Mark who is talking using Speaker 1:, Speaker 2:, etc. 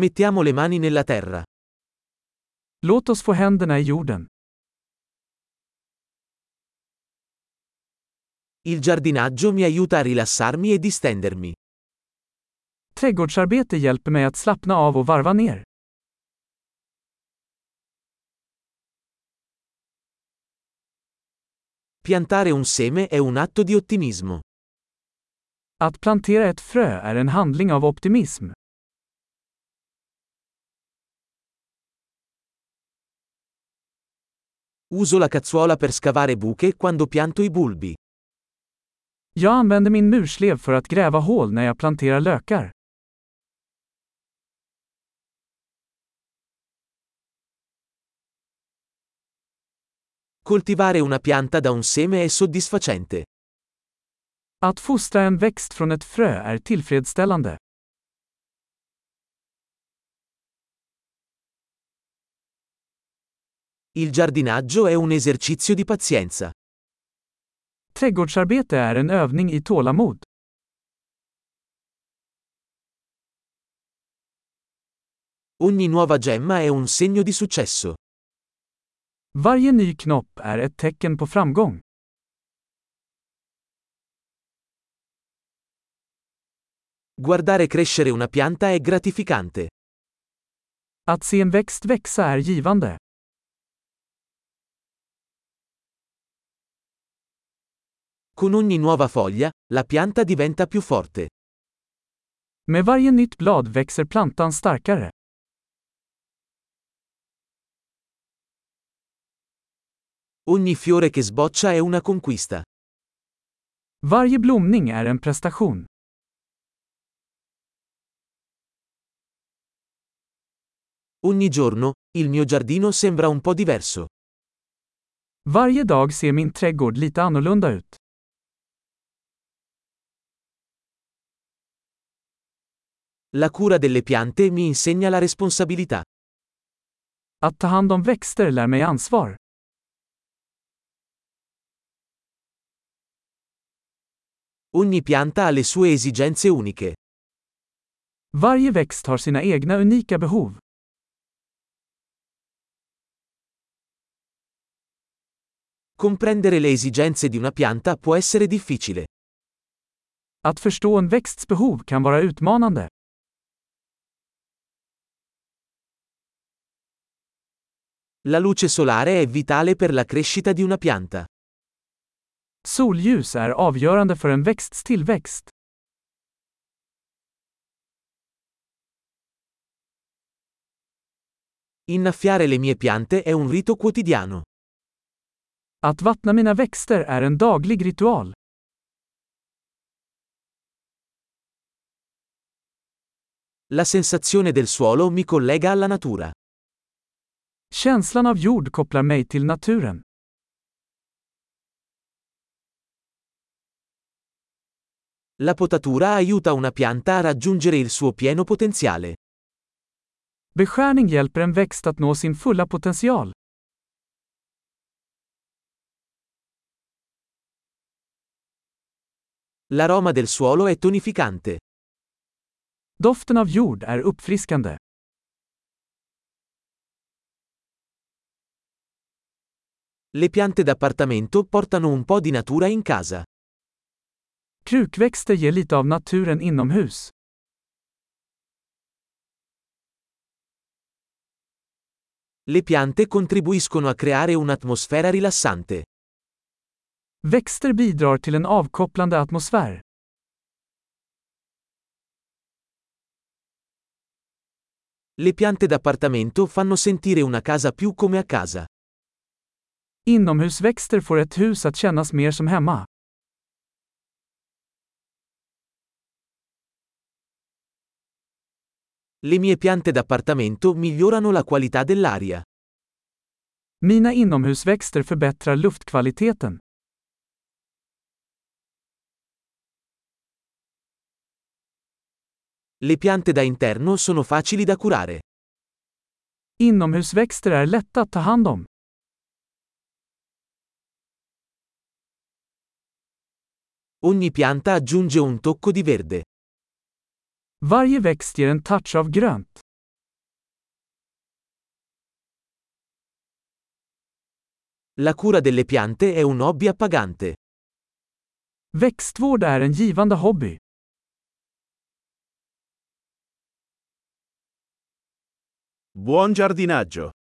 Speaker 1: Mettiamo le mani nella terra.
Speaker 2: Låt oss få händerna i jorden.
Speaker 1: Il giardinaggio mi aiuta a rilassarmi e distendermi.
Speaker 2: Trädgårdsarbete hjälper mig att slappna av och varva ner.
Speaker 1: Piantare un seme è un atto di ottimismo.
Speaker 2: Att plantera ett frö är en handling av optimism.
Speaker 1: Uso la cazzuola per scavare buche quando pianto i bulbi.
Speaker 2: Jag använder min murslev för att gräva hål när jag planterar lökar.
Speaker 1: Coltivare una pianta da un seme è soddisfacente.
Speaker 2: Att fostra en växt från ett frö är tillfredsställande.
Speaker 1: Il giardinaggio è un esercizio di pazienza.
Speaker 2: Trädgårdsarbete är en övning i tålamod.
Speaker 1: Ogni nuova gemma è un segno di successo.
Speaker 2: Varje ny knopp är ett tecken på framgång.
Speaker 1: Guardare crescere una pianta è gratificante.
Speaker 2: Att se en växt växa är givande.
Speaker 1: Con ogni nuova foglia, la pianta diventa più forte.
Speaker 2: Med varje nytt blad växer plantan starkare.
Speaker 1: Ogni fiore che sboccia è una conquista.
Speaker 2: Varje blomning är en prestation.
Speaker 1: Ogni giorno, il mio giardino sembra un po' diverso.
Speaker 2: Varje dag ser min trädgård lite annorlunda ut.
Speaker 1: La cura delle piante mi insegna la responsabilità.
Speaker 2: Att ta hand om växter lär mig ansvar.
Speaker 1: Ogni pianta ha le sue esigenze uniche.
Speaker 2: Varje växt har sina egna unika behov.
Speaker 1: Comprendere le esigenze di una pianta può essere difficile.
Speaker 2: Att förstå en växts behov kan vara utmanande.
Speaker 1: La luce solare è vitale per la crescita di una pianta.
Speaker 2: Solljus är avgörande för en växts tillväxt.
Speaker 1: Innaffiare le mie piante è un rito quotidiano.
Speaker 2: Att vattna mina växter är en daglig ritual.
Speaker 1: La sensazione del suolo mi collega alla natura.
Speaker 2: Känslan av jord kopplar mig till naturen.
Speaker 1: La potatura aiuta una pianta a raggiungere il suo pieno potenziale.
Speaker 2: Beskärning hjälper en växt att nå sin fulla potential.
Speaker 1: L'aroma del suolo è tonificante.
Speaker 2: Doften av jord är uppfriskande.
Speaker 1: Le piante d'appartamento portano un po' di natura in casa.
Speaker 2: Krukväxter ger lite av naturen inomhus.
Speaker 1: Le piante contribuiscono a creare un'atmosfera rilassante.
Speaker 2: Växter bidrar till en avkopplande atmosfär.
Speaker 1: Le piante d'appartamento fanno sentire una casa più come a casa.
Speaker 2: Inomhusväxter får ett hus att kännas mer som hemma.
Speaker 1: Le mie piante d'appartamento migliorano la qualità dell'aria.
Speaker 2: Mina inomhusväxter förbättrar luftkvaliteten.
Speaker 1: Le piante da interno sono facili da curare.
Speaker 2: Inomhusväxter är lätta att ta hand om.
Speaker 1: Ogni pianta aggiunge un tocco di verde.
Speaker 2: Varje växt ger en touch av grönt.
Speaker 1: La cura delle piante è un hobby appagante.
Speaker 2: Växtvård är en givande hobby.
Speaker 3: Buon giardinaggio!